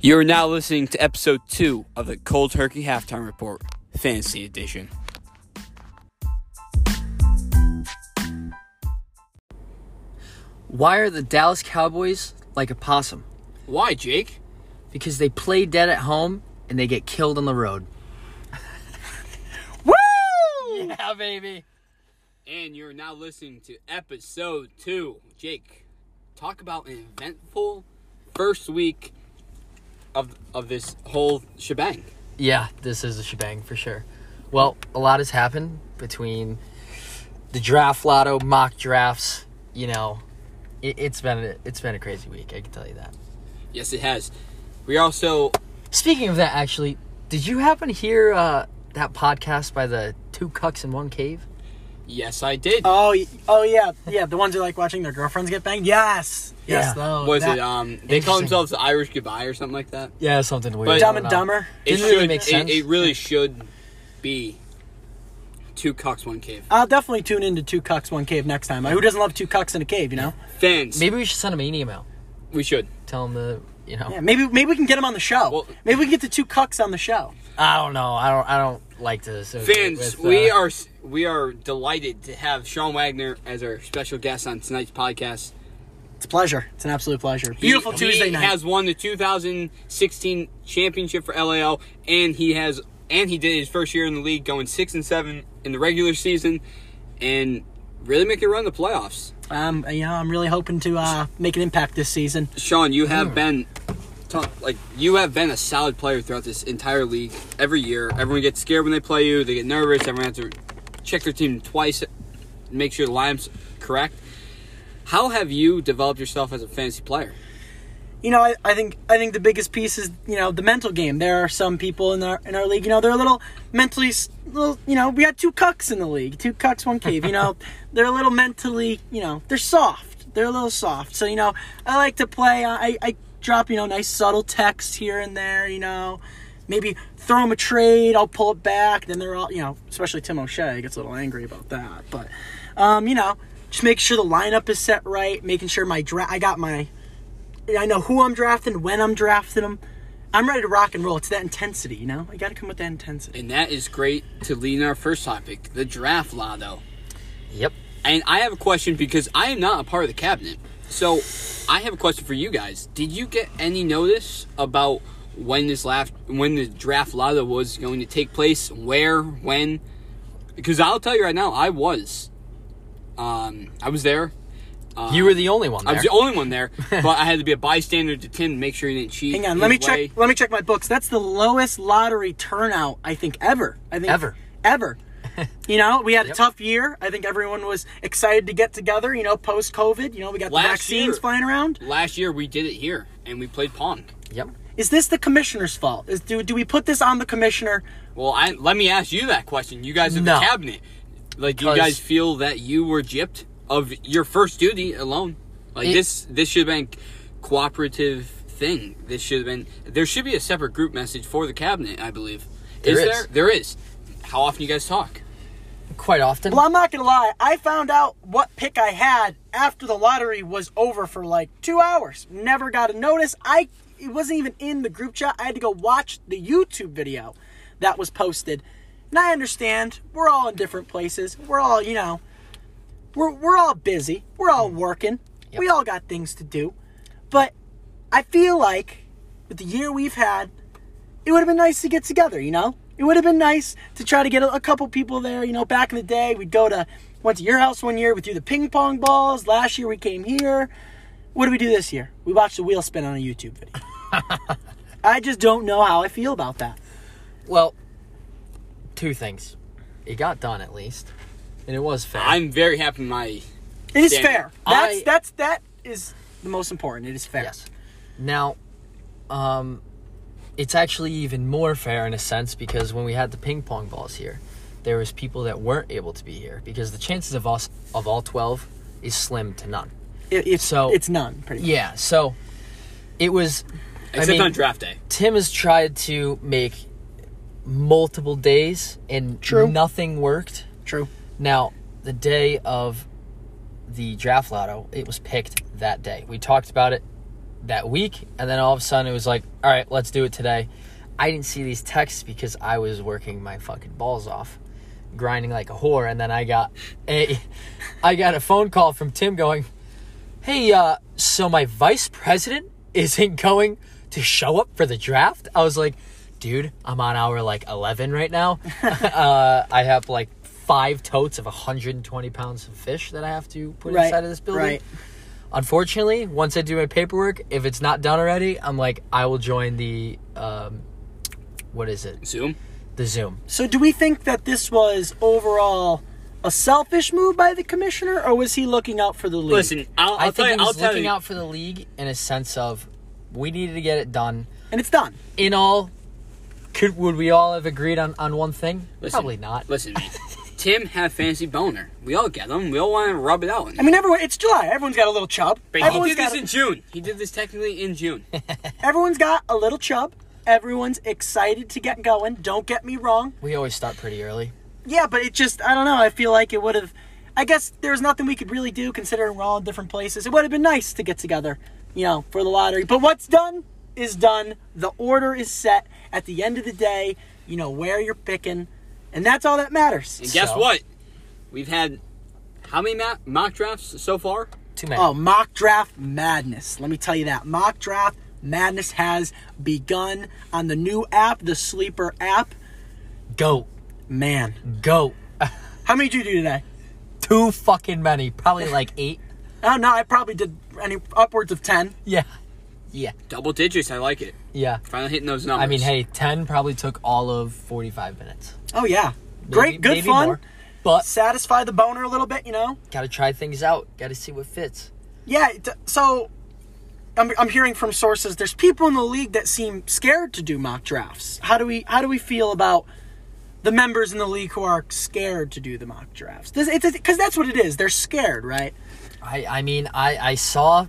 You're now listening to episode two of the Cold Turkey Halftime Report, Fantasy Edition. Why are the Dallas Cowboys like a possum? Why, Jake? Because they play dead at home and they get killed on the road. Woo! Yeah, baby. And you're now listening to episode two. Jake, talk about an eventful first week of of this whole shebang. Yeah, this is a shebang for sure. Well, a lot has happened between the draft lotto, mock drafts. You know, it, it's been a, it's been a crazy week. I can tell you that. Yes, it has. We also Speaking of that, actually, did you happen to hear uh, that podcast by the Two Cucks in One Cave? yes, I did. Oh, y- oh yeah, yeah. The ones who like watching their girlfriends get banged. Yes, Yeah. yes. Though, was that- it um? They call Oh, Interesting. themselves the Irish Goodbye or something like that. Yeah, something weird. But- Dumb I don't and know. Dumber? It Didn't really should- make it- sense. It, really should be two cocks, one cave. I'll definitely tune into Two Cucks One Cave next time. Who doesn't love Two Cucks in a Cave? You know. Fans, Maybe we should send him an email. we should. Tell him the you know. Yeah, maybe maybe we can get them on the show. Well- maybe we can get the Two Cucks on the show. I don't know. I don't. I don't like to. associate Fans, with, uh, we are we are delighted to have Sean Wagner as our special guest on tonight's podcast. It's a pleasure. It's an absolute pleasure. He- Beautiful Tuesday he night. has won the 2016 championship for LAL, and he has and he did his first year in the league, going six and seven in the regular season, and really make it run the playoffs. um, you know, I'm really hoping to uh, make an impact this season. Sean, you have been t- like you have been a solid player throughout this entire league. Every year, everyone gets scared when they play you. They get nervous. Everyone has to check their team twice, make sure the lineup's correct. How have you developed yourself as a fantasy player? you know, I, I think I think the biggest piece is you know the mental game. There are some people in our in our league, you know, they're a little mentally, s- little, you know, we got two cucks in the league, two cucks, one cave. You know, they're a little mentally, you know, they're soft. They're a little soft. So you know, I like to play. uh, I I drop you know nice subtle text here and there. You know, maybe throw them a trade. I'll pull it back. Then they're all you know, especially Tim O'Shea gets a little angry about that. But um, you know, just make sure the lineup is set right. Making sure my dra- I got my I know who I'm drafting, when I'm drafting them. I'm ready to rock and roll. It's that intensity, you know? I got to come with that intensity. And that is great to lead in our first topic, the draft lotto. Yep. And I have a question because I am not a part of the cabinet. So I have a question for you guys. Did you get any notice about when this last when the draft lotto was going to take place, where, when? Because I'll tell you right now, I was. Um, I was there. you were the only one I there. was Uh, the only one there, but I had to be a bystander to Tim to make sure he didn't cheat. Hang on, let me his way. check let me check my books. That's the lowest lottery turnout I think ever. I think Ever. Ever. you know, we had Yep. a tough year. I think everyone was excited to get together, you know, post COVID, you know, we got Last the vaccines year. flying around. Last year we did it here, and we played Pong. yep. Is this the commissioner's fault? Is do do we put this on the commissioner? Well, I let me ask you that question. You guys in No. the cabinet, like, do you Because- guys feel that you were gypped of your first duty alone? Like It- this, this should have been cooperative thing. This should have been. There should be a separate group message for the cabinet. I believe. There is. there? There is. How often you guys talk? Quite often. Well, I'm not going to lie. I found out what pick I had after the lottery was over for like two hours. Never got a notice. I it wasn't even in the group chat. I had to go watch the YouTube video that was posted. And I understand we're all in different places. We're all, you know, we're we're all busy. We're all working. We all got things to do. But I feel like with the year we've had, it would have been nice to get together, you know? It would have been nice to try to get a, a couple people there, you know, back in the day we'd go to went to your house one year, we threw the ping pong balls. Last year we came here. What did we do this year? We watched the wheel spin on a YouTube video. I just don't know how I feel about that. Well, two things. It got done at least, and it was fair. I'm very happy. My It is Damn. fair. That's I- that's that is the most important. It is fair. yes. Now, um, it's actually even more fair in a sense because when we had the ping pong balls here, there was people that weren't able to be here because the chances of us of all twelve is slim to none. It, it's So- it's none pretty much. Yeah. So, it was. except I mean, on draft day. Tim has tried to make multiple days and True. nothing worked. True. Now, the day of the draft lotto, it was picked that day. We talked about it that week, and then all of a sudden it was like, all right, let's do it today. I didn't see these texts because I was working my fucking balls off, grinding like a whore, and then I got a, I got a phone call from Tim going, hey, uh, so my vice president isn't going to show up for the draft. I was like, dude, I'm on hour like 11 right now. uh, I have like five totes of 120 pounds of fish that I have to put Right, inside of this building. right. Unfortunately, once I do my paperwork, if it's not done already, I'm like, I will join the, um, what is it? Zoom. The Zoom. So, do we think that this was overall a selfish move by the commissioner, or was he looking out for the league? Listen, I'll, I'll i think tell he you. I'll was tell looking you. out for the league in a sense of we needed to get it done. and it's done. In all, could would we all have agreed on, on one thing? Listen, Probably not. Listen, to me. Tim had fancy boner. We all get them. We all want to rub it out. I mean, everyone. It's July. Everyone's got a little chub. But he everyone's did got this a- in June. He did this technically in June. Everyone's got a little chub. Everyone's excited to get going. Don't get me wrong. We always start pretty early. Yeah, but it just, I don't know. I feel like it would have, I guess there was nothing we could really do considering we're all in different places. It would have been nice to get together, you know, for the lottery. But what's done is done. The order is set. At the end of the day, you know where you're picking. And that's all that matters. And guess So? what? We've had how many ma- mock drafts so far? Too many. Oh, mock draft madness. Let me tell you that. Mock draft madness has begun on the new app, the Sleeper app. Go. Man. Go. How many did you do today? Too fucking many. Probably like eight. Oh no, I probably did any upwards of ten. Yeah. Yeah. Double digits. I like it. Yeah. Finally hitting those numbers. I mean, hey, 10 probably took all of 45 minutes. Oh yeah, Maybe- great, good maybe fun. more. But Satisfy the boner a little bit, you know. gotta try things out. Gotta see what fits. Yeah. it- So, I'm, I'm hearing from sources. There's people in the league that seem scared to do mock drafts. How do we How do we feel about the members in the league who are scared to do the mock drafts? This it's because that's what it is. They're scared, right? I, I mean, I, I saw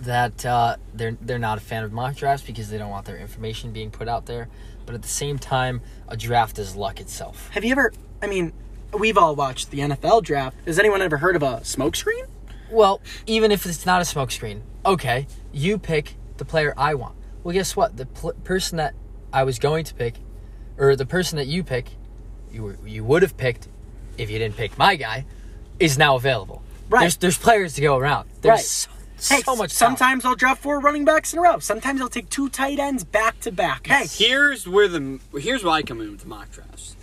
that uh, they're they're not a fan of mock drafts because they don't want their information being put out there. But at the same time, a draft is luck itself. Have you ever? I mean, we've all watched the NFL draft. Has anyone ever heard of a smokescreen? Well, even if it's not a smokescreen, okay, you pick the player I want. Well, guess what? The pl- person that I was going to pick, or the person that you pick, you were, you would have picked if you didn't pick my guy, is now available. Right. There's there's players to go around. There's Right. so, Hey, so much. talent. Sometimes I'll draft four running backs in a row. Sometimes I'll take two tight ends back to back. Hey, here's where the here's why I come in with the mock drafts.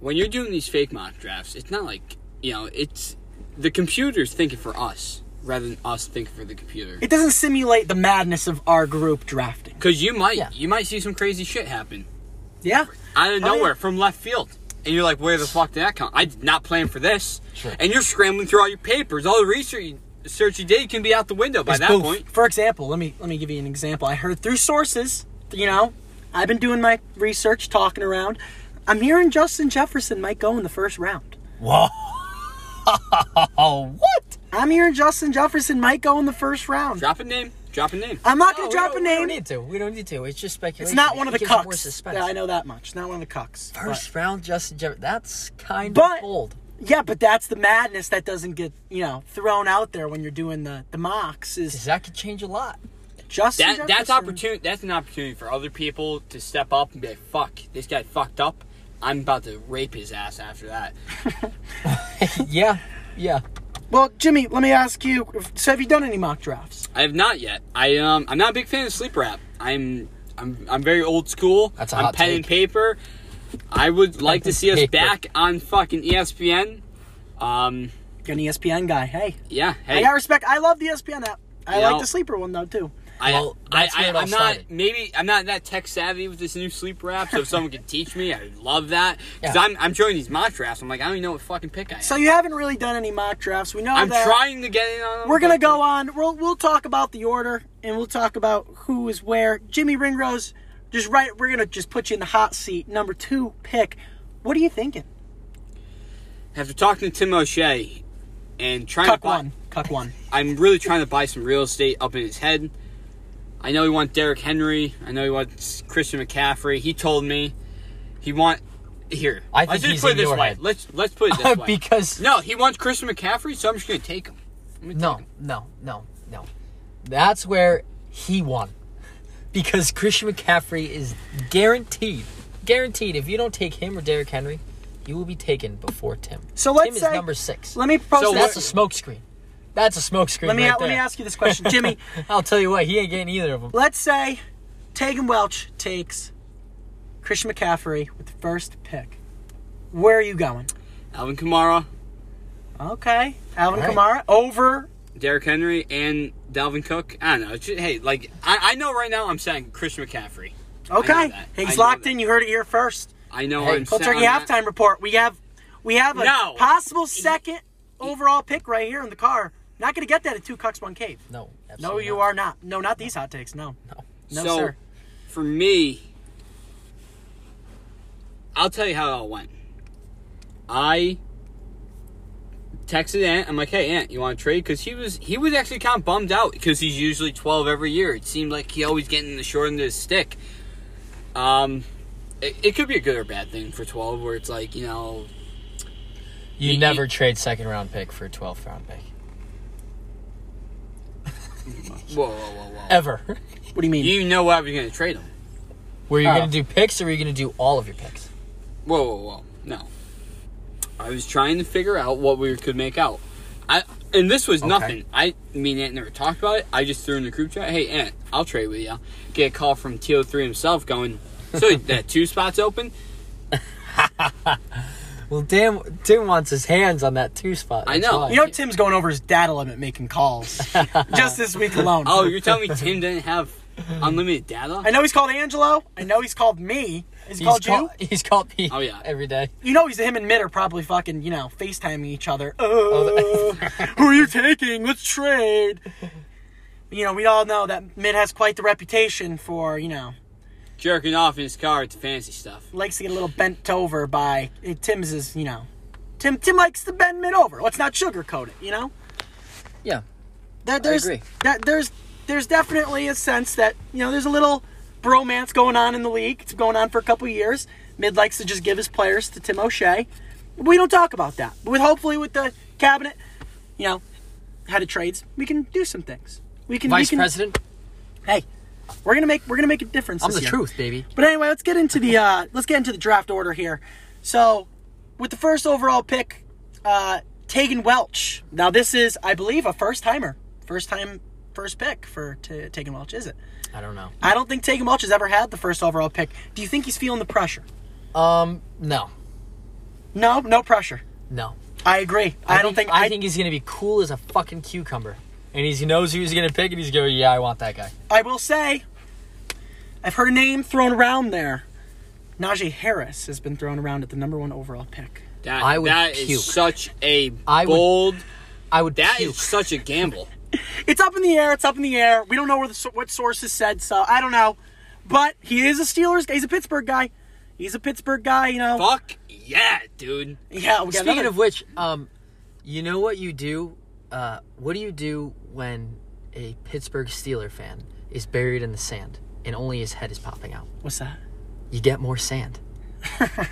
When you're doing these fake mock drafts, it's not like you know it's the computer's thinking for us rather than us thinking for the computer. it doesn't simulate the madness of our group drafting. Because you might Yeah. you might see some crazy shit happen Yeah, out of Oh, yeah. nowhere from left field. And you're like, where the fuck did that come? I did not plan for this. Sure. And you're scrambling through all your papers. All the research you, research you did can be out the window by It's that poof. point. for example, let me let me give you an example. I heard through sources, you know, I've been doing my research, talking around. I'm hearing Justin Jefferson might go in the first round. Whoa. what? I'm hearing Justin Jefferson might go in the first round. Drop a name. Drop a name. I'm not gonna Oh, No, drop we don't- a We name. don't need to. We don't need to. It's just speculation. It's not It one of the gives it more cucks. suspense. Yeah, I know that much. Not one of the cucks. but- First round, Justin Jefferson. That's kind But- of bold. Yeah, but that's the madness that doesn't get, you know, thrown out there when you're doing the, the mocks Because is that could change a lot. Justin That that's Jefferson. opportunity. That's an opportunity for other people to step up and be like, "Fuck, this guy fucked up. I'm about to rape his ass after that." Yeah. Yeah. Well, Jimmy, let me ask you, if- so have you done any mock drafts? I have not yet. I um I'm not a big fan of sleep rap. I'm I'm I'm very old school. That's a I'm hot pen take. and paper. I would like to and see us paper. back on fucking E ESPN. Um, You're an E ESPN guy. Hey. yeah. I Hey, got respect. I love the E ESPN app. I You like know- the sleeper one though too. I, Well, I, that's I, where it all am not started. maybe I'm not that tech savvy with this new sleep rap. So if someone could teach me, I'd love that. Because Yeah. I'm I'm joining these mock drafts. I'm like I don't even know what fucking pick I am. So you haven't really done any mock drafts. We know I'm that. trying to get in on. them, We're gonna but- go on. We'll we'll talk about the order and we'll talk about who is where. Jimmy Ringrose, just right. We're gonna just put you in the hot seat. Number two pick. What are you thinking? After talking to Tim O'Shea and trying to Cuck buy, one. Cuck one. I'm really trying to buy some real estate up in his head. I know he wants Derrick Henry. I know he wants Christian McCaffrey. He told me he want here. I think let's just he's put it in this your way. head. Let's let's put it this way. because no, he wants Christian McCaffrey, so I'm just gonna take him. I'm gonna no, take him. no, no, no. That's where he won. Because Christian McCaffrey is guaranteed, guaranteed, if you don't take him or Derrick Henry, you will be taken before Tim. So let's Tim say is number six. Let me propose. So that's a this. smokescreen. That's a smokescreen. Let me right let me there. ask you this question, Jimmy. I'll tell you what, he ain't getting either of them. let's say Tegan Welch takes Christian McCaffrey with the first pick. Where are you going? Alvin Kamara, Okay, Alvin All Kamara over. Derrick Henry, and Dalvin Cook. I don't know. It's ju- hey, like I, I know right now I'm saying Christian McCaffrey. Okay, that. I Higgs know locked that. in. You heard it here first. I know Hey, I'm Cold sa- Turkey I'm not- halftime report. We have we have a No. possible second overall pick right here in the car. Not going to get that at Two Cucks One Cave. No. No, absolutely you not. are not. No, not these hot takes. No, No. no, so, sir. for me, I'll tell you how it all went. I texted Ant. I'm like, "Hey, Ant, you want to trade?" Because he was he was actually kind of bummed out because he's usually 12 every year. It seemed like he always getting the short end of the stick. Um, it, it could be a good or bad thing for 12, where it's like you know, You You- never you- trade second round pick for a 12th round pick. whoa, whoa, whoa, whoa. Ever. What do you mean? You know why we're gonna trade him? Were you Oh. going to do picks or were you going to do all of your picks? Whoa, whoa, whoa. No. I was trying to figure out what we could make out. I and this was Okay. nothing. I me and Ant never talked about it. I just threw in the group chat, hey Ant, I'll trade with you. Get a call from TO3 himself going, So that two spots open? Well, Tim, Tim wants his hands on that two spot. I That's know. why. You know Tim's going over his data limit making calls just this week alone. Oh, you're telling me Tim didn't have unlimited data? I know he's called Angelo. I know he's called me. He's, He's called call- you. He's called me. Oh, yeah. Every day. You know he's him and Mid are probably fucking you know FaceTiming each other. Oh, who are you taking? Let's trade. You know we all know that Mid has quite the reputation for you know Jerking off in his car it's fancy stuff. likes to get a little bent over by eh, Tim's is, you know. Tim Tim likes to bend mid over. Let's not sugarcoat it, you know? Yeah. That there's agree. that there's there's definitely a sense that, you know, there's a little bromance going on in the league. It's going on for a couple years. Mid likes to just give his players to Tim O'Shea. We don't talk about that. But with hopefully with the cabinet, you know, head of trades, we can do some things. We can Vice we can, President, Hey, we're gonna make we're gonna make a difference. I'm this the year. truth, baby. But anyway, let's get into the uh, let's get into the draft order here. So, with the first overall pick, uh, Tegan Welch. Now, this is, I believe, a first timer, first time, first pick for T- Tegan Welch. Is it? I don't know. I don't think Tegan Welch has ever had the first overall pick. Do you think he's feeling the pressure? Um, no. No, no pressure. No. I agree. I, don't think. I, think he's going to be cool as a fucking cucumber. And he's, he knows who he's going to pick, and he's going, yeah, I want that guy. I will say, I've heard a name thrown around there. Najee Harris has been thrown around at the number one overall pick. That I would that is puke. such a I would bold I would That is puke. such a gamble. it's up in the air. It's up in the air. We don't know where the sor- what sources said, so I don't know. But he is a Steelers. guy. He's a Pittsburgh guy. He's a Pittsburgh guy. You know. Fuck yeah, dude. Yeah. We got Speaking another- of which, um, you know what you do? Uh, what do you do when a Pittsburgh Steeler fan is buried in the sand and only his head is popping out? what's that? You get more sand. I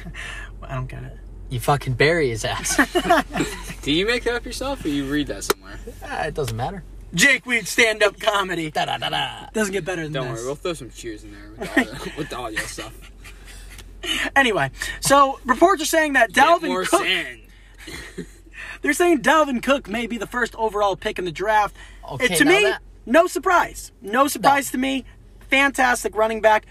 don't get it. You fucking bury his ass. Did you make that up yourself or you read that somewhere? Ah, it doesn't matter. Jake Weed stand up comedy Da da da da. doesn't get better than Don't this. worry, we'll throw some cheers in there with, all the, with the audio stuff. Anyway, so reports are saying that Get more Dalvin Cook. sand. They're saying Dalvin Cook may be the first overall pick in the draft. Okay, And to now me, that- no surprise. No surprise to me. Fantastic running back.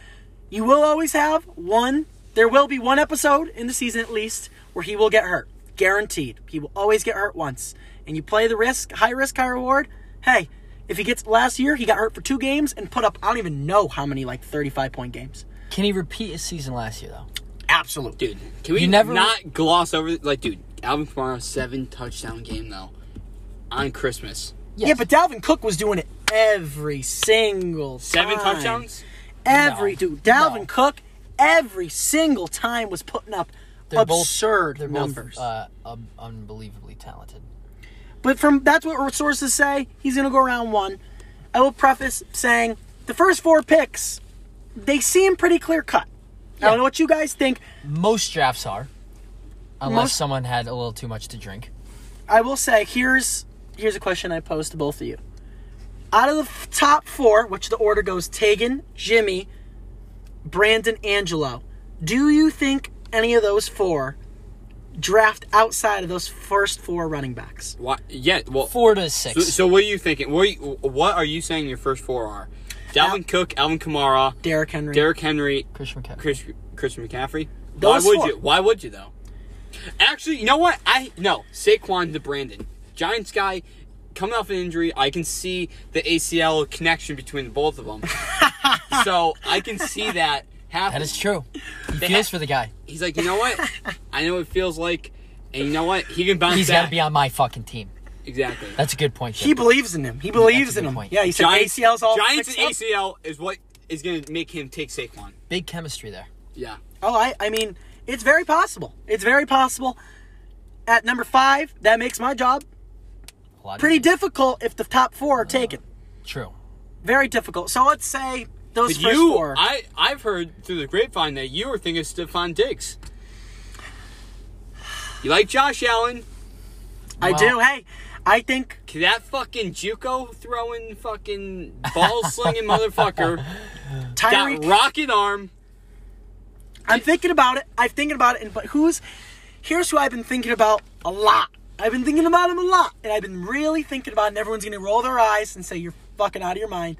You will always have one. There will be one episode in the season at least where he will get hurt. Guaranteed. He will always get hurt once. And you play the risk, high risk, high reward. Hey, if he gets last year, he got hurt for two games and put up I don't even know how many like 35 point games. Can he repeat his season last year though? Absolute. Dude, can we You never- not gloss over like dude, Alvin Kamara seven touchdown game though. On Christmas. Yeah, but Dalvin Cook was doing it every single Seven time. touchdowns? Every No. dude, Dalvin No. Cook, every single time was putting up Both, absurd they're numbers. both uh, um, unbelievably talented. but from that's what sources say he's going to go round one. I will preface saying the first four picks, they seem pretty clear cut. I don't know what you guys think. Most drafts are, unless Most- someone had a little too much to drink. I will say here's here's a question I pose to both of you. Out of the f- top four, which the order goes Tegan, Jimmy, Brandon, Angelo, do you think any of those four draft outside of those first four running backs? Why, yeah, well, Four to six. So, so what are you thinking? What are you, what are you saying your first four are? Dalvin Al- Cook, Alvin Kamara, Derrick Henry. Derrick Henry, Chris McCaffrey. Chris, Christian McCaffrey. Those why would four. you? Why would you though? Actually, you know what? I no Saquon to Brandon, Giants guy, coming off an injury. I can see the ACL connection between the both of them, so I can see that happen. That is true. He They feels ha- for the guy. He's like, you know what? I know what it feels like, and you know what? He can bounce He's got back. to be on my fucking team. exactly. That's a good point. he Jim. believes in him. He believes a in good him. point. Yeah, he said ACL's all Giants fixed and up. ACL is what is going to make him take Saquon. Big chemistry there. Yeah. Oh, I, I mean, it's very possible. It's very possible. At number five, that makes my job A lot pretty of, difficult if the top four are taken. true. Very difficult. So let's say those But first you, four. I, I've heard through the grapevine that you were thinking Stephon Diggs. You like Josh Allen? I Well- do. Hey, I think That fucking JUCO throwing fucking ball slinging motherfucker Tyreek. got rocket arm. I'm thinking about it. I'm thinking about it. And but who's? Here's who I've been thinking about a lot. I've been thinking about him a lot, and I've been really thinking about. It, and everyone's gonna roll their eyes and say you're fucking out of your mind.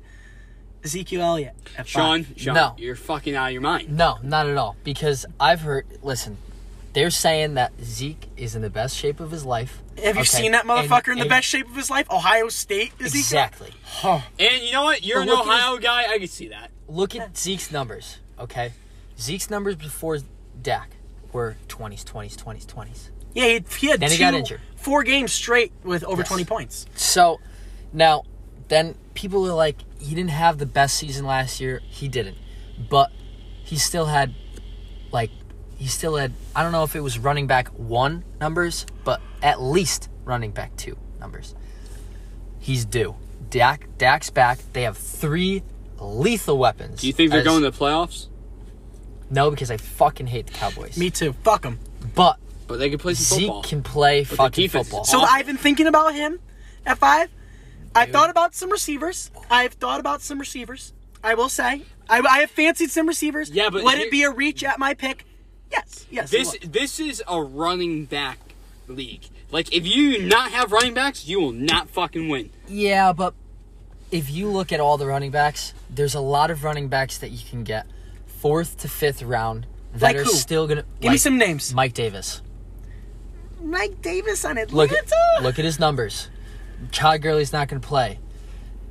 Ezekiel Elliott. at Sean, five. Sean, No. you're fucking out of your mind. No, not at all. Because I've heard. Listen, they're saying that Zeke is in the best shape of his life. Have you Okay, seen that and- motherfucker in the and- best shape of his life? Ohio State. Ezekiel. Exactly. And you know what? You're But an look at his- Ohio guy. I can see that. Look at Zeke's numbers. Okay, Zeke's numbers before Dak were twenties, twenties, twenties, twenties. Yeah, he, he had Then two, he got injured. four games straight with over 20 points. So now, then people are like, he didn't have the best season last year. He didn't, but he still had, like, he still had. I don't know if it was running back one numbers, but at least running back two numbers. He's due. Dak, Dak's back. They have three lethal weapons. Do you think they're as- going to the playoffs? No, because I fucking hate the Cowboys. Me too. Fuck him. but But they can play some Zeke football. can play fucking defense is football. awful. So I've been thinking about him at five. I thought about some receivers. I've thought about some receivers. I will say, I, I have fancied some receivers. Yeah, but would here- it be a reach at my pick? Yes, yes. it This would. this is a running back league. Like if you do not have running backs, you will not fucking win. Yeah, but if you look at all the running backs, there's a lot of running backs that you can get fourth to fifth round that Like are who? still gonna Give me some names. Mike Davis. Mike Davis on Look Atlanta. at look at his numbers. Todd Gurley's not gonna play.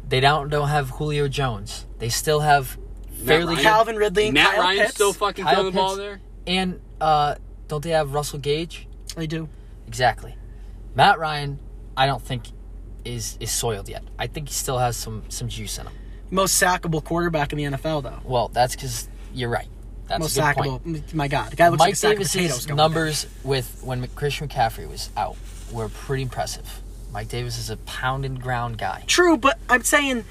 They don't don't have Julio Jones. They still have fairly Ryan. Calvin Ridley and Matt Kyle Ryan's Pitts. still fucking Kyle throwing the ball Pitts. there. and uh don't they have Russell Gage? I do. Exactly. Matt Ryan, I don't think is is soiled yet. I think he still has some some juice in him. Most sackable quarterback in the NFL, though. Well, that's because you're right. That's Most a good point. sackable. My God, the guy looks like a Mike sack of potatoes. Davis's going numbers with when Christian McCaffrey was out were pretty impressive. Mike Davis is a pound and ground guy. True, but I'm saying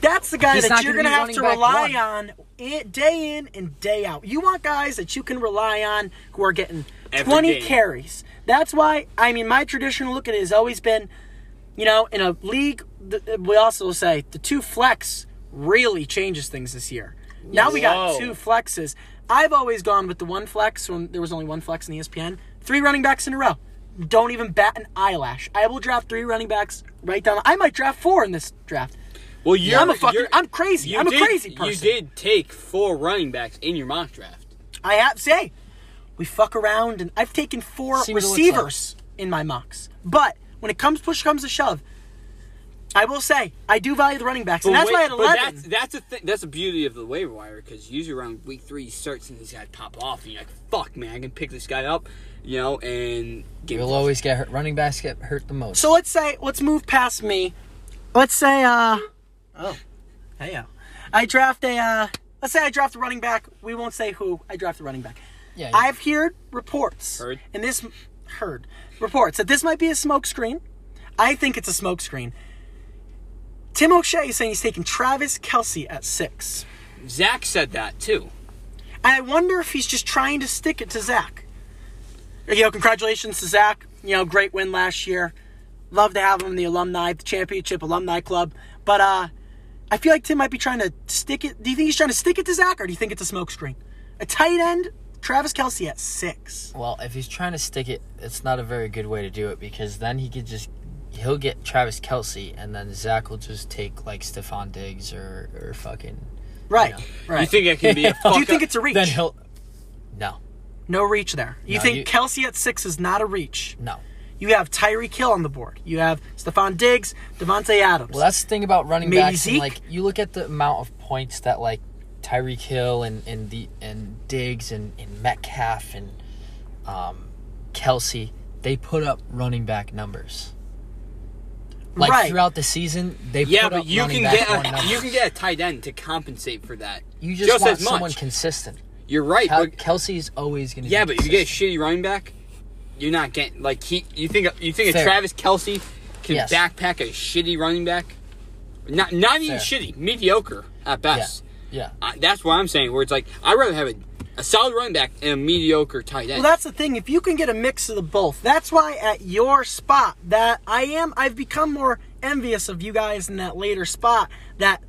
that's the guy He's that not you're gonna going to be have running to back rely one. on i- day in and day out. You want guys that you can rely on who are getting Every 20 game. carries. That's why, I mean, my traditional look at it has always been, you know, in a league, th- th- we also say the two flex really changes things this year. Now we got Whoa. two flexes. I've always gone with the one flex when there was only one flex in E ESPN. Three running backs in a row. Don't even bat an eyelash. I will draft three running backs right down. I might draft four in this draft. Well, you're, I'm a fucking- you're- I'm crazy. you I'm a did- crazy person. You did take four running backs in your mock draft. I have say, we fuck around, and I've taken four See what it looks receivers in my mocks. But when it comes push comes to shove, I will say I do value the running backs, and that's But why wait- at but eleven. that's that's a thing. That's the beauty of the waiver wire because usually around week three you start seeing these guys pop off and you're like, "Fuck, man, I can pick this guy up," you know, and get You'll always get hurt. Running backs get hurt the most. So let's say let's move past me. Let's say uh oh hey uh, I draft a uh let's say I draft a running back. We won't say who. I draft a running back. Yeah, yeah. I've heard reports Heard. and this heard reports that this might be a smokescreen. I think it's a smokescreen. Tim O'Shea is saying he's taking Travis Kelsey at six. Zach said that too. And I wonder if he's just trying to stick it to Zach. You know, congratulations to Zach. You know, great win last year. Love to have him in the alumni, the championship alumni club. But uh I feel like Tim might be trying to stick it. Do you think he's trying to stick it to Zach, or do you think it's a smokescreen? A tight end, Travis Kelsey at six. Well, if he's trying to stick it, it's not a very good way to do it because then he could just he'll get Travis Kelsey and then Zach will just take like Stephon Diggs or or fucking Right, right. You think it can be a fuck do you think up? it's a reach? then he'll no no reach there. You No, think you- Kelsey at six is not a reach? no. You have Tyree Kill on the board. You have Stephon Diggs, Devontae Adams. Well, that's the thing about running Maybe backs. And, Zeke? like you look at the amount of points that like Tyreek Hill and and the and Diggs and, and Metcalf and um, Kelsey, they put up running back numbers. Like Right. throughout the season, they Yeah, put but up you can running back get more a, numbers. you can get a tight end to compensate for that. You just, want someone consistent. You're right, Kel- but Kelsey's always going to. yeah, be but if you get a consistent. shitty running back, you're not getting like he. You think you think Fair. a Travis Kelsey can Yes. backpack a shitty running back? Not not even Fair. shitty, mediocre at best. Yeah. yeah. I, that's what I'm saying. Where it's like I'd rather have a, a solid running back and a mediocre tight end. Well, that's the thing. If you can get a mix of the both, that's why at your spot that I am, I've become more envious of you guys in that later spot, that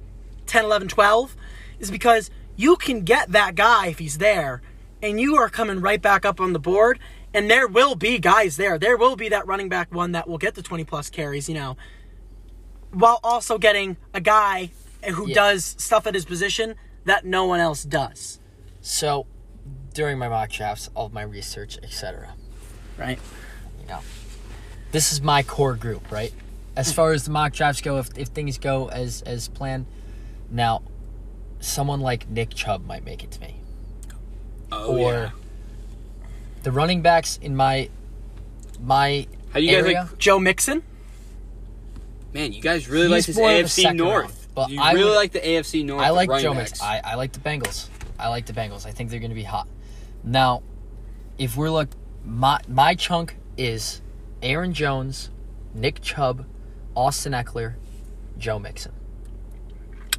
10, 11, 12, is because you can get that guy if he's there, and you are coming right back up on the board, and there will be guys there. There will be that running back one that will get the 20 plus carries, you know, while also getting a guy who Yeah. does stuff at his position that no one else does, So, during my mock drafts, all of my research, etc. right? you know, this is my core group, right? As Hmm. far as the mock drafts go, if, if things go as as planned, now someone like Nick Chubb might make it to me, oh, or yeah. the running backs in my my How you guys area. like- Joe Mixon? man, you guys really He's like this more of a AFC second North. round, but you I really would- like the AFC North. I like running Joe backs. Mix. I, I like the Bengals. I like the Bengals. I think they're going to be hot. Now, if we're look, my my chunk is Aaron Jones, Nick Chubb, Austin Eckler, Joe Mixon.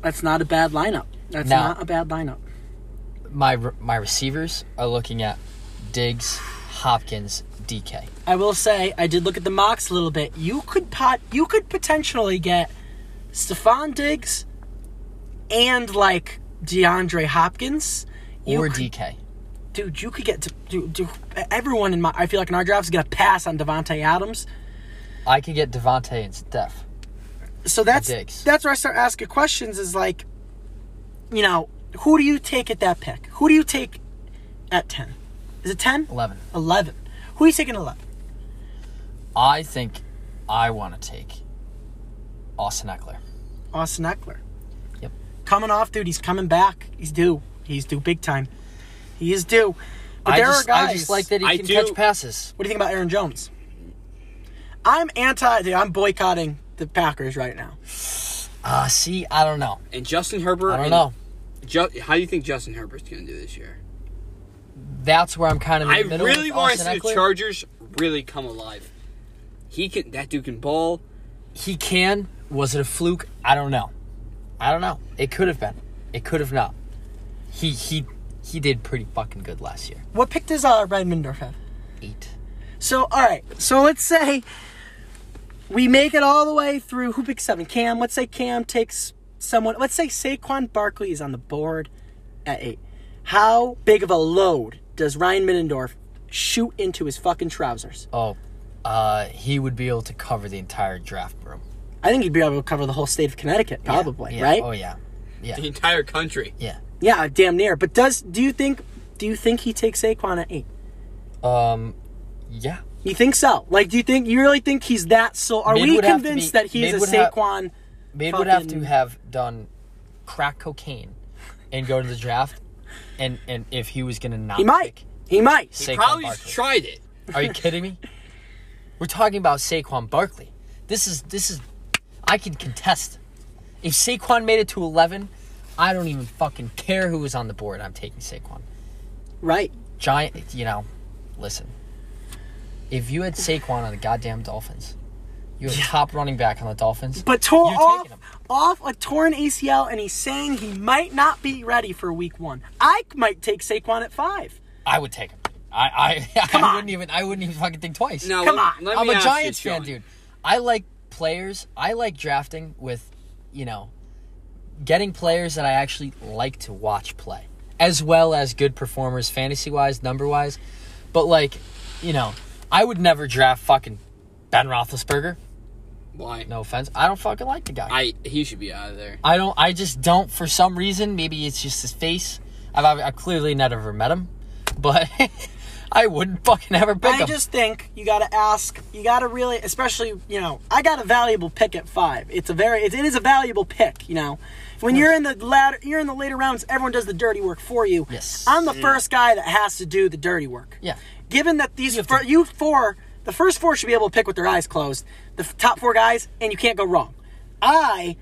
That's not a bad lineup. That's No. not a bad lineup. my my receivers are looking at Diggs, Hopkins, DK. I will say I did look at the mocks a little bit. You could pot you could potentially get Stefan Diggs and like DeAndre Hopkins. You or could- DK. dude, you could get to, dude, dude, everyone in my I feel like in our draft is gonna pass on Devontae Adams. I could get Devontae and Steph. So that's Diggs. that's where I start asking questions is like, you know, who do you take at that pick? Who do you take at ten? Is it ten? 11. Eleven. Who are you taking at eleven? I think I want to take Austin Eckler. Austin Eckler. Yep. Coming off, dude. He's coming back. He's due. He's due big time. He is due. But I there just, are guys. I just like that he I can do- catch passes. What do you think about Aaron Jones? I'm anti. Dude, I'm boycotting the Packers right now. Ah, see, I don't know. and Justin Herbert. I don't and know. Ju- how do you think Justin Herbert's going to do this year? That's where I'm kind of in I the middle. really with want to Austin see the Eckler. Chargers really come alive. He can. That dude can ball. He can. Was it a fluke? I don't know. I don't know. It could have been. It could have not. He he he did pretty fucking good last year. What pick does uh, Redmond have? Eight. So all right. So let's say we make it all the way through. Who picks seven? Cam. Let's say Cam takes someone. Let's say Saquon Barkley is on the board at eight. How big of a load does Ryan Middendorf shoot into his fucking trousers? Oh, uh, he would be able to cover the entire draft room. I think he'd be able to cover the whole state of Connecticut, probably. Yeah. Right? Oh yeah, yeah, The entire country. yeah. Yeah, damn near. But does do you think do you think he takes Saquon at eight? Um, yeah. You think so? Like, do you think you really think he's that? So are Mid we would have to convinced be- that he's Mid a would have- Saquon? Made would have to Fucking- have done crack cocaine and go to the draft, and and if he was gonna not, He might. pick He might. Saquon Probably Barkley. tried it. Are you kidding me? We're talking about Saquon Barkley. This is this is. I can contest. If Saquon made it to eleven, I don't even fucking care who was on the board. I'm taking Saquon. Right. giant. You know, listen. If you had Saquon on the goddamn Dolphins, you had a top running back on the Dolphins. but tore You're off taking him. off a torn ACL, and he's saying he might not be ready for Week One. I might take Saquon at five. I would take him. I I, Come I on. wouldn't even I wouldn't even fucking think twice. Now, Come let- on. let I'm me a ask Giants you, fan, Sean. dude. I like players. I like drafting with, you know, getting players that I actually like to watch play, as well as good performers, fantasy wise, number wise. But like, you know, I would never draft fucking Ben Roethlisberger. Why? No offense, I don't fucking like the guy. I he should be out of there. I don't. I just don't. For some reason, maybe it's just his face. I've, I've, I've clearly never met him, but I wouldn't fucking ever pick I him. just think you got to ask. You got to really, especially you know, I got a valuable pick at five. It's a very, it, it is a valuable pick. You know, when you're in the latter, you're in the later rounds. Everyone does the dirty work for you. Yes. I'm the first guy that has to do the dirty work. Yeah. Given that these fir- you four, the first four should be able to pick with their eyes closed. The f- top four guys, and you can't go wrong. I,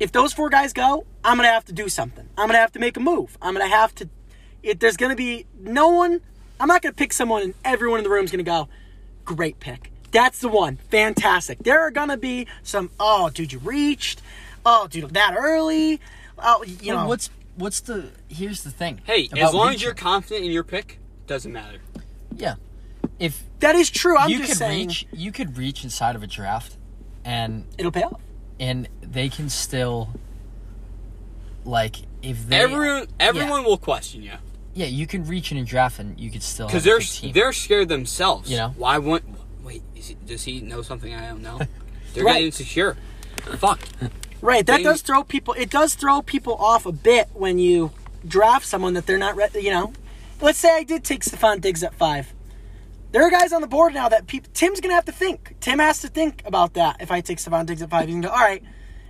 if those four guys go, I'm gonna have to do something. I'm gonna have to make a move. I'm gonna have to. It, there's gonna be no one. I'm not gonna pick someone, and everyone in the room's gonna go, "Great pick. That's the one. Fantastic." There are gonna be some. Oh, dude, you reached. Oh, dude, that early. Oh, you know. Well, what's what's the? Here's the thing. Hey, as about long as reaching. you're confident in your pick, doesn't matter. yeah, if that is true. I'm you just could saying reach, you could reach inside of a draft, and it'll pay off. and they can still like if they Everyone everyone will question you yeah you can reach in a draft and you could still because have a good they're team. they're scared themselves. You know? why? Won't, wait, is he, does he know something I don't know? They're Right. getting insecure. Fuck. Right, that They- does throw people. It does throw people off a bit when you draft someone that they're not. Re- you know, let's say I did take Stephon Diggs at five. There are guys on the board now that people. Tim's gonna have to think. Tim has to think about that. If I take Stephon Diggs at five, he's gonna go. All right.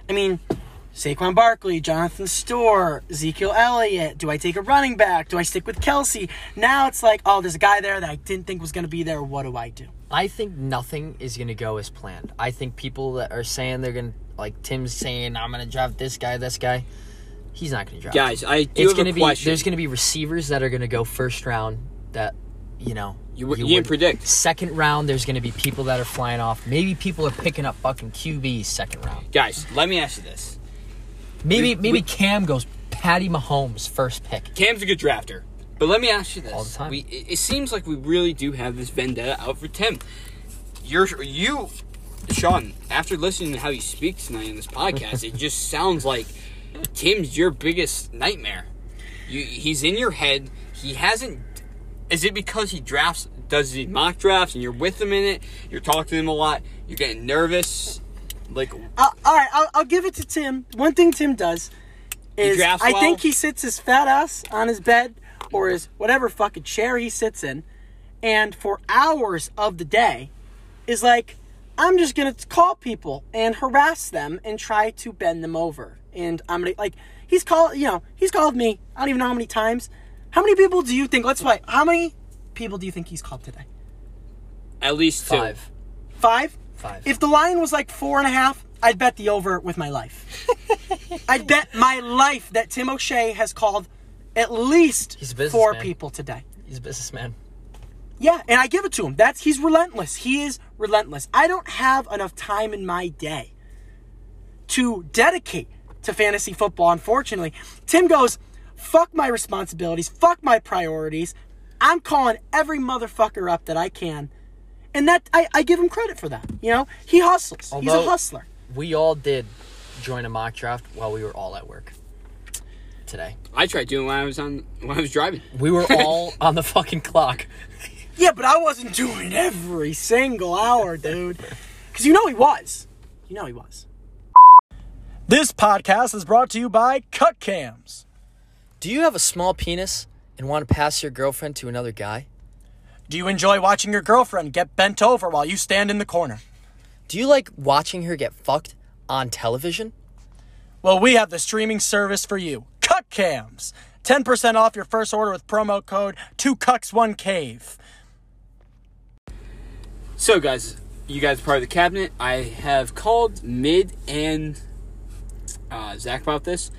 I mean, Saquon Barkley, Jonathan Store, Ezekiel Elliott. Do I take a running back? Do I stick with Kelsey? Now it's like, oh, there's a guy there that I didn't think was gonna be there. What do I do? I think nothing is going to go as planned. I think people that are saying they're going to, like Tim's saying, I'm going to draft this guy, this guy, he's not going to draft. Guys, I do it's have gonna a be question. there's going to be receivers that are going to go first round that you know You w- you didn't wouldn't. predict. Second round, there's going to be people that are flying off. Maybe people are picking up fucking QBs second round. Guys, let me ask you this. Maybe maybe Cam goes Patty Mahomes first pick. Cam's a good drafter. But let me ask you this. All the time. We, it, it seems like we really do have this vendetta out for Tim. You're, you, Sean, after listening to how you speak tonight in this podcast, it just sounds like Tim's your biggest nightmare. You, he's in your head. He hasn't. Is it because he drafts, does the mock drafts, and you're with him in it? You're talking to him a lot. You're getting nervous. Like, I'll, all right, I'll, I'll give it to Tim. One thing Tim does is drafts I well? think he sits his fat ass on his bed or his whatever fucking chair he sits in, and for hours of the day is like, I'm just gonna call people and harass them and try to bend them over. And I'm gonna like he's called you know he's called me. I don't even know how many times. How many people do you think? Let's play. How many people do you think he's called today? at least two. Five. Five? Five. If the line was like four and a half, I'd bet the over with my life. I'd bet my life that Tim O'Shea has called at least He's a businessman. four people today. He's a businessman. Yeah, and I give it to him. That's he's relentless. He is relentless. I don't have enough time in my day to dedicate to fantasy football, unfortunately. Tim goes, fuck my responsibilities, fuck my priorities. I'm calling every motherfucker up that I can. And that I, I give him credit for that. You know? He hustles. he's Although- a hustler. We all did join a mock draft while we were all at work today. I tried doing when I was on when I was driving. We were all on the fucking clock. Yeah, but I wasn't doing every single hour, dude. Because you know he was. You know he was. This podcast is brought to you by Cut Cams. Do you have a small penis and want to pass your girlfriend to another guy? Do you enjoy watching your girlfriend get bent over while you stand in the corner? Do you like watching her get fucked on television? Well, we have the streaming service for you Cut Cams. 10% off your first order with promo code 2cucks1cave. So, guys, you guys are part of the cabinet. I have called Mid and uh, Zach about this.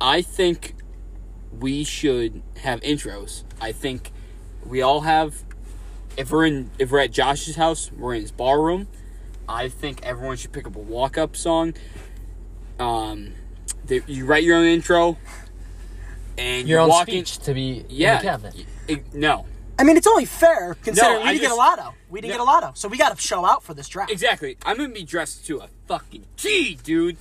I think we should have intros. I think we all have. If we're in, if we're at Josh's house, we're in his bar room. I think everyone should pick up a walk-up song. Um, that you write your own intro, and Your you own walk in- speech to be Yeah, in the cabinet. it- no, I mean, it's only fair considering No, we I didn't get a just- lotto. We didn't No. get a lotto, so we got to show out for this draft. Exactly. I'm gonna be dressed to a fucking T, dude.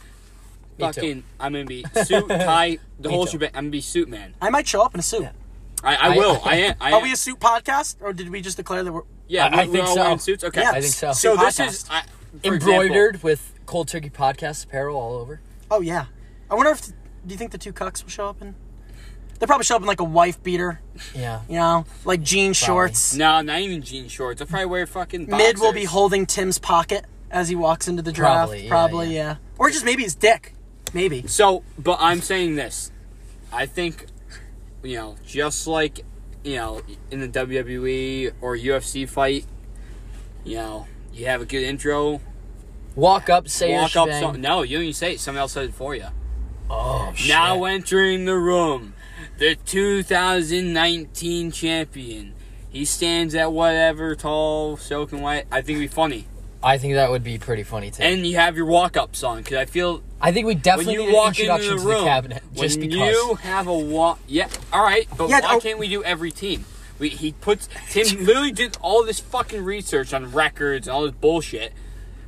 Me too. fucking. I'm gonna be suit tie the whole shebang. I'm gonna be suit man. I might show up in a suit. I, I I- will. I am. I Are am. we a suit podcast, or did we just declare that we're? yeah, I- we, I we're think all so. wearing suits. Okay. Yeah, I think so. suit So this podcast. is I, for Embroidered example- with Cold Turkey Podcast apparel all over. Oh yeah. I wonder if. Do you think the two cucks will show up in? They'll probably show up in like a wife beater, Yeah. you know, like jean shorts. No, not even jean shorts. I'll probably wear fucking. Boxers. Mid will be holding Tim's pocket as he walks into the draft. Probably, yeah, Probably, yeah. yeah. Or just maybe his dick. Maybe. So, but I'm saying this. I think, you know, just like, you know, in the WWE or UFC fight, you know, you have a good intro, Walk up, say your walk up. shebang. Some, no, you don't even say it. Someone else said it for you. Oh shit. Now entering the room, the 2019 champion. He stands at whatever tall, soaking white. I think it'd be funny. I think that would be pretty funny too. And you have your walk up song, because I feel I think we when definitely you need an walk into introduction the to the room, cabinet just when because. you have a walk, yeah, all right, but Yeah, why oh- can't we do every team? We, he puts Tim literally did all this fucking research on records and all this bullshit.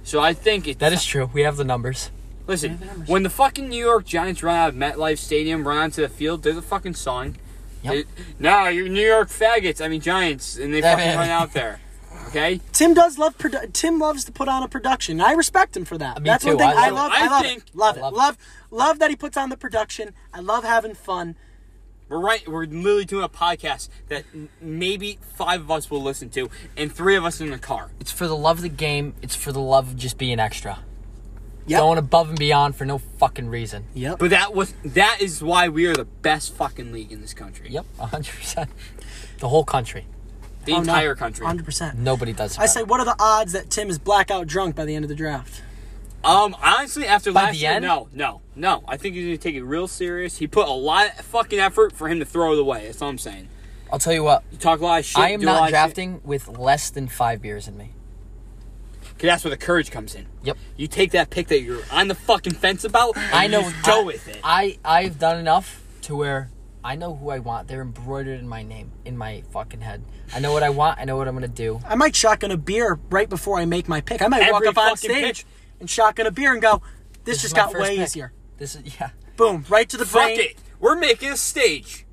So I think it's That is true. We have the numbers. listen Yeah, the numbers. when the fucking New York Giants run out of MetLife Stadium, run onto the field. There's a fucking song. Yep. It- now you're New York faggots. I mean Giants, and they Yeah, fucking man. run out there. Okay, Tim does love produ- Tim loves to put on a production. I respect him for that. Me That's one too. thing I I love love. it. I I love think- it. Love I it. love it. Love love that he puts on the production. I love having fun. we're right. We're literally doing a podcast that m- maybe five of us will listen to, and three of us in the car. It's for the love of the game. It's for the love of just being extra. Yep. Going above and beyond for no fucking reason. Yep. But that was that is why we are the best fucking league in this country. Yep, 100%. The whole country. The Oh, entire country. Hundred percent. Nobody does it I say, better. what are the odds that Tim is blackout drunk by the end of the draft? Um honestly after By last the year end? no, no, no. I think he's gonna take it real serious. He put a lot of fucking effort for him to throw it away. That's all I'm saying. I'll tell you what. You talk a lot of shit. I am do a lot not of drafting with less than five beers in me. shit, 'cause that's where the courage comes in. Yep. You take that pick that you're on the fucking fence about. And I know. You just go I- with it. I I've done enough to where I know who I want. They're embroidered in my name, in my fucking head. I know what I want. I know what I'm gonna do. I might shotgun a beer right before I make my pick. I might walk Every up on fucking stage pick. and shotgun a beer and go, This "This, just is my got first way pick. easier." This is yeah. Boom! Right to the Fuck brain. it. We're making a stage.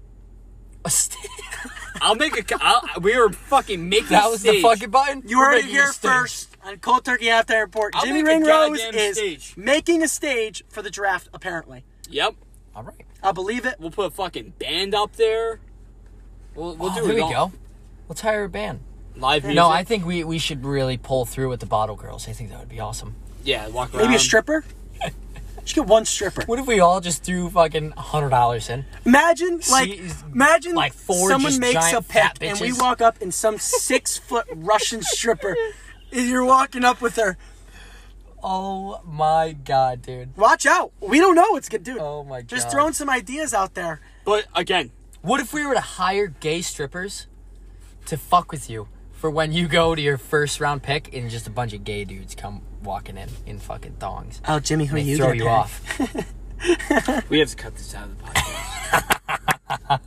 I'll make a. co- I'll, we are fucking making. that a was the stage. fucking button. You We're heard it making a here stage. first on Cold Turkey After Airport. I'll Jimmy make a Ringrose goddamn is stage. making a stage for the draft. Apparently, Yep. All right. I believe it. We'll put a fucking band up there. We'll, we'll Oh, do here it we all. go. Let's hire a band. Live music. No, I think we, we should really pull through with the Bottle Girls. I think that would be awesome. Yeah, walk around. Maybe Um, a stripper. Just get one stripper. What if we all just threw fucking hundred dollars in? Imagine like She's imagine like four someone just makes giant a pick fat and bitches. we walk up and some six foot Russian stripper. and You're walking up with her. Oh my god, dude. Watch out. We don't know what's good, dude. Oh my Just God. throwing some ideas out there. But again, What if we were to hire gay strippers to fuck with you for when you go to your first round pick and just a bunch of gay dudes come walking in in fucking thongs? Oh, Jimmy, who They are you? throw gonna you pick? off. we have to cut this out of the podcast.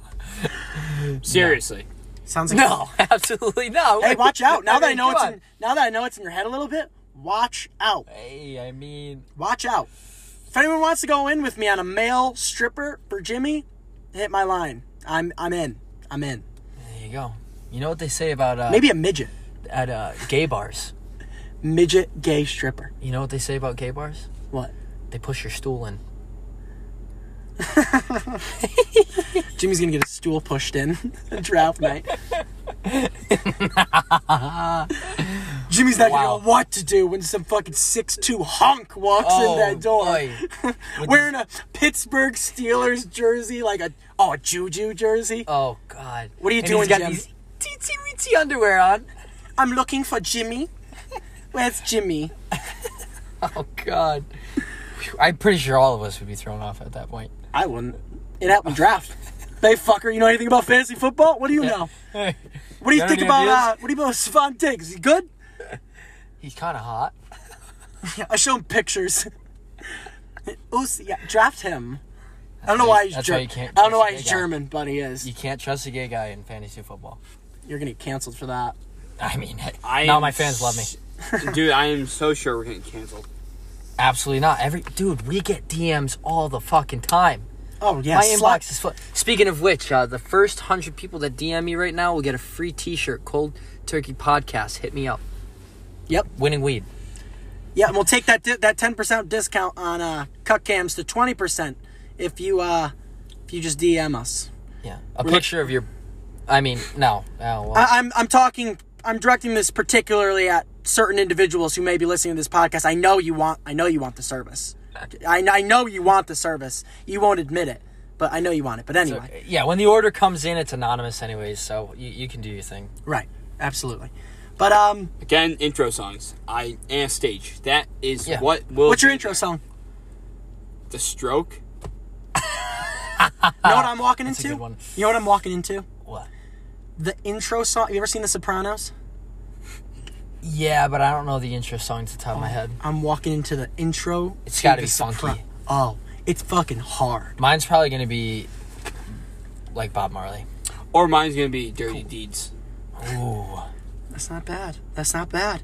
Seriously. Sounds like no, absolutely no. Hey, watch out! Now that I mean, know it's come in, now that I know it's in your head a little bit, watch out! on. Hey, I mean, Watch out! If anyone wants to go in with me on a male stripper for Jimmy, hit my line. I'm I'm in. I'm in. there you go. You know what they say about uh, Maybe a midget, at uh, gay bars? midget gay stripper. You know what they say about gay bars? What? They push your stool in. Jimmy's gonna get his stool pushed in draft night. Jimmy's not Wow. gonna know what to do when some fucking six two honk walks in that door. Oh, boy. With Wearing a Pittsburgh Steelers jersey, like a oh a Juju jersey. Oh God! What are you And doing, He's got Jim? these teensy weensy underwear on. I'm looking for Jimmy. Where's Jimmy? Oh God! I'm pretty sure all of us would be thrown off at that point. I wouldn't. It happened draft. They fucker, you know anything about fantasy football? What do you know? What do you Got think any about ideas? uh, what do you think about Savon Diggs? Is he good? He's kind of hot. Yeah, I show him pictures. Oh, see, yeah, draft him. I don't know why he's That's why you German. can't I don't know why trust he's a gay guy. German, but he is. You can't trust a gay guy in fantasy football. You're gonna get canceled for that. I mean, hey, I now am my fans love me. s- Dude, I am so sure we're getting canceled. Absolutely not. Every dude, we get DMs all the fucking time. Oh yeah, My slut. inbox is full. Speaking of which, uh, the first hundred people that DM me right now will get a free T-shirt. Cold Turkey Podcast. Hit me up. Yep. Winning weed. Yeah, and we'll take that di- that ten percent discount on uh, cut cams to twenty percent if you uh, if you just DM us. Yeah. A picture of your. I mean, no. Oh, well. I, I'm I'm talking I'm directing this particularly at certain individuals who may be listening to this podcast. I know you want I know you want the service. I, I know you want the service. You won't admit it, but I know you want it. But anyway, yeah. When the order comes in, it's anonymous, anyways. So you, you can do your thing. right? Absolutely. But um, Again, intro songs. I and stage. That is Yeah. what will. what's your intro song? The stroke. You know what I'm walking Ah, That's a into? good one. You know what I'm walking into? What? The intro song. You ever seen The Sopranos? Yeah, but I don't know the intro song to the top of Oh. my head. I'm walking into the intro. It's to gotta The be funky. Sopran- Oh, it's fucking hard. Mine's probably gonna be like Bob Marley. Or mine's gonna be Dirty Deeds. Ooh. That's not bad. That's not bad.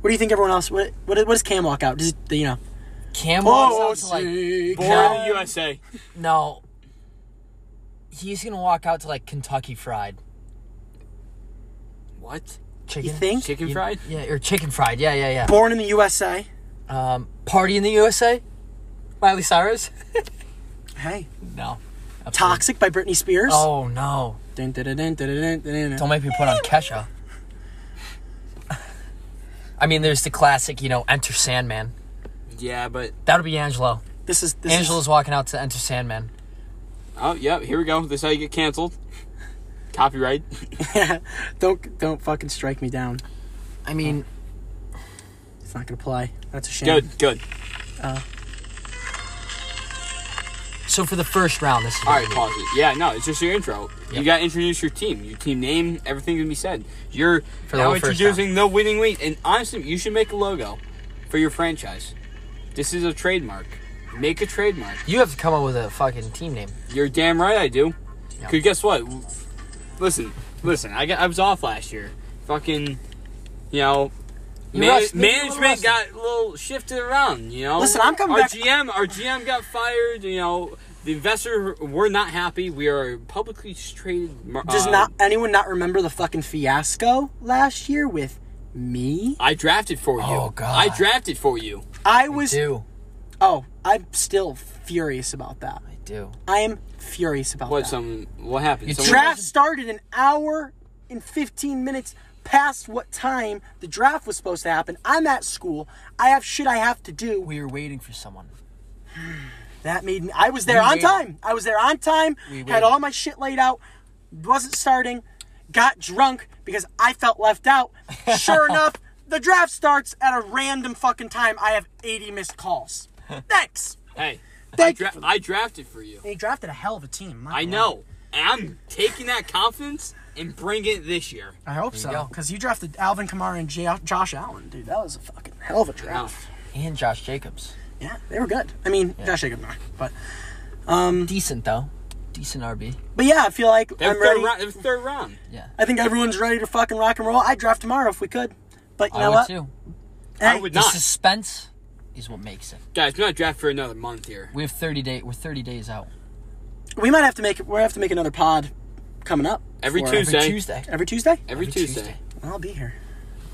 What do you think everyone else? What what, what does Cam walk out? Does it, you know? Cam Oh, walks out to like see, Born No. USA. no. He's gonna walk out to like Kentucky Fried What? chicken. you think? Chicken fried? Yeah, or chicken fried. Yeah, yeah, yeah. Born in the USA. Um, Party in the USA. Miley Cyrus. Hey, no. Absolutely. Toxic by Britney Spears. Oh no! Dun, dun, dun, dun, dun, dun, dun, dun. Don't make me put on Kesha. I mean, there's the classic, you know, Enter Sandman. Yeah, but That'll be Angelo. This is this Angelo's walking out to Enter Sandman. oh yeah, here we go. This is how you get canceled. Copyright. Is, don't don't fucking strike me down. I mean, It's not gonna play. That's a shame. Good, good. so for the first round, this is All what right, we pause it. Yeah, no, it's just your intro. You Yep. got to introduce your team, your team name, everything can be said. You're For the now whole first introducing the winning lead, and honestly, you should make a logo for your franchise. This is a trademark. Make a trademark. need. You have to come up with a fucking team name. You're damn right, I do. Yeah. Cause guess what? Listen, listen. I got, I was off last year. Fucking, you know. You man- rust- maybe you were management got rusty. a little shifted around, you know. Listen, I'm coming our back- GM, our GM got fired. You know, the investor we're not happy. We are a publicly traded. mar- Does uh, not anyone not remember the fucking fiasco last year with me? I drafted for you. Oh, God. I drafted for you. I I was. do. Oh, I'm still furious about that. I do. I am furious about What that. some? What happened? You Someone- draft started an hour and 15 minutes past what time the draft was supposed to happen. I'm at school. I have shit I have to do. We were waiting for someone. That made me. I was there We on waited. time. I was there on time. Had waited. all my shit laid out. Wasn't starting. Got drunk because I felt left out. Sure enough, the draft starts at a random fucking time. I have 80 missed calls. Thanks. Hey, I, Thank you. dra- for that. I drafted for you. They drafted a hell of a team. not I gonna lie. know, and I'm taking that confidence and bringing it this year. I hope so. go. Because you drafted Alvin Kamara and J- Josh Allen, dude. That was a fucking hell of a Now, draft. And Josh Jacobs. Yeah, they were good. I mean, Josh Jacobs, not, but Decent though. Decent RB. but yeah, I feel like that was I'm third ready. round. That was third round. Yeah. I think everyone's ready to fucking rock and roll. I'd draft tomorrow if we could, but you I know would what? too. Hey, I would The not. suspense is what makes it. Guys, we're not draft for another month here. We have 30 day. We're 30 days out. We might have to make we have to make another pod coming up Every for- Tuesday. Every Tuesday. Every Tuesday, Every, Every Tuesday. Tuesday. I'll be here.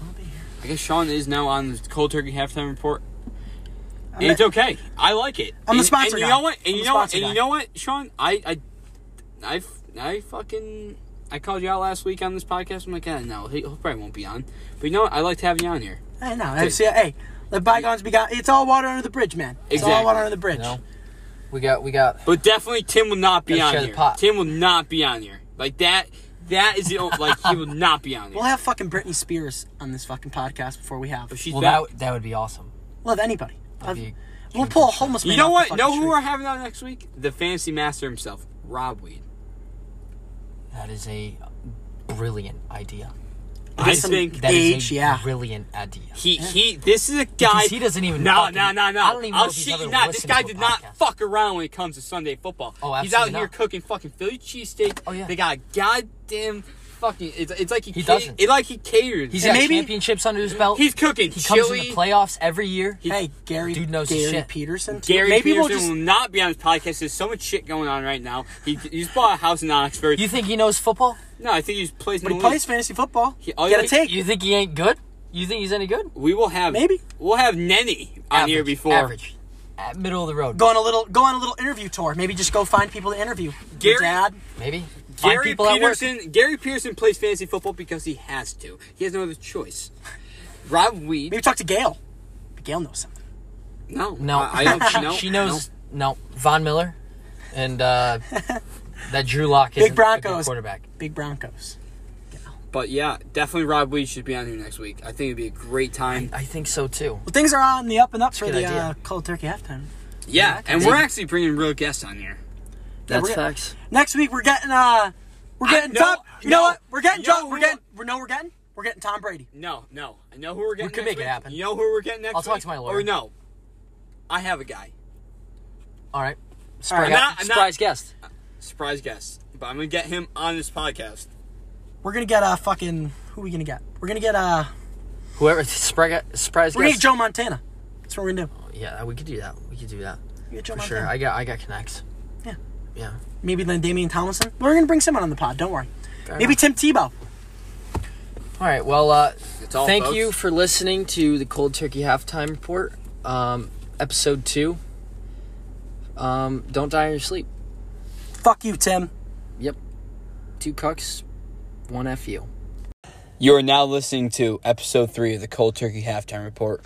I'll be here. I guess Sean is now on the Cold Turkey Halftime Report. And it's okay. I like it. I'm the And- sponsor And you guy. know what? I'm And you the know what? sponsor And guy. you know what, Sean? I, I, I, f- I fucking, I called you out last week on this podcast. I'm like, eh, no, he, he probably won't be on. But you know what? I liked having you on here. I know. I see, hey, let bygones be gone. It's all water under the bridge, man. It's all Exactly. water under the bridge. You know. We got. We got. But definitely, Tim will not be Gotta share on the here. pot. Tim will not be on here. Like that. That is the o- like he will not be on here. We'll have fucking Britney Spears on this fucking podcast before we have. But she's Well, back. that would- that would be awesome. Love anybody. That'd Love- be- We'll pull a homeless man. You know off the what? fucking Know who street. we're having on next week? The fantasy master himself, Rob Weed. That is a brilliant idea. I some- think That is Age, a yeah. brilliant idea. he he. This is a guy. he doesn't even No, fucking- no, no, no. I don't even know will if he's shit ever you not. This listened guy to a did not podcast. fuck around when it comes to Sunday football. Oh, He's out absolutely here not. cooking fucking Philly cheesesteak. Oh, yeah. They got a goddamn fucking. It's, it's like he, He ca- doesn't. It like he catered. He's And got maybe- championships under his belt. he's cooking he comes chili. in the playoffs every year. hey, Gary, Dude knows his Gary shit. Peterson. too. Gary Maybe Peterson we'll just will not be on his podcast. There's so much shit going on right now. He, he's bought a house in Oxford. You think he knows football? no, I think he's plays. in But he the league. plays fantasy football. He- all you- Get a take. You think he ain't good? You think he's any good? We will have Maybe. we'll have Nenny on Average, here before average, At middle of the road. go on a little go on a little interview tour. Maybe just go find people to interview. Gary- Your dad. Maybe Find Gary people at work. Peterson. Gary Peterson plays fantasy football because he has to. He has no other choice. Rob Weed. Maybe talk to Gail. Gail knows something. No, No, I, I don't. she, no, she knows. No. Von Miller, and uh, that Drew Lock is Big a good Broncos. quarterback. Big Broncos. no. But yeah, definitely Rob Weed should be on here next week. I think it'd be a great time. I think so too. Well, things are on the up and ups for Good the idea. uh, Cold Turkey halftime. Yeah, and we're actually bringing real guests on here. That's we're- facts. Next week we're getting uh we're I- getting no, top. You no, know what? We're getting you know John. We're who- getting. We're, no, we're getting. We're getting Tom Brady. No, no. I know who we're getting. We could next make it week. happen. You know who we're getting next I'll week? talk to my lawyer. Or no, I have a guy. All right. Surprise, I'm not- I'm not- surprise guest. Surprise guest, but I'm gonna get him on this podcast. We're gonna get uh fucking. Who are we gonna get? We're gonna get uh. Whoever surprise surprise We're gonna get guest. Joe Montana. That's what we're gonna do. yeah, we could do that. We could do that We get Joe for Montana. sure. I got I got connects. Yeah. Yeah. Maybe then Damian Tomlinson. We're gonna bring someone on the pod. Don't worry. Fair Maybe enough. Tim Tebow. All right. Well, uh, That's all, thank folks. you for listening to the Cold Turkey Halftime Report, um, episode two. Um, don't die in your sleep. Fuck you, Tim. Yep. Two cucks, one fu. You are now listening to episode three of the Cold Turkey Halftime Report.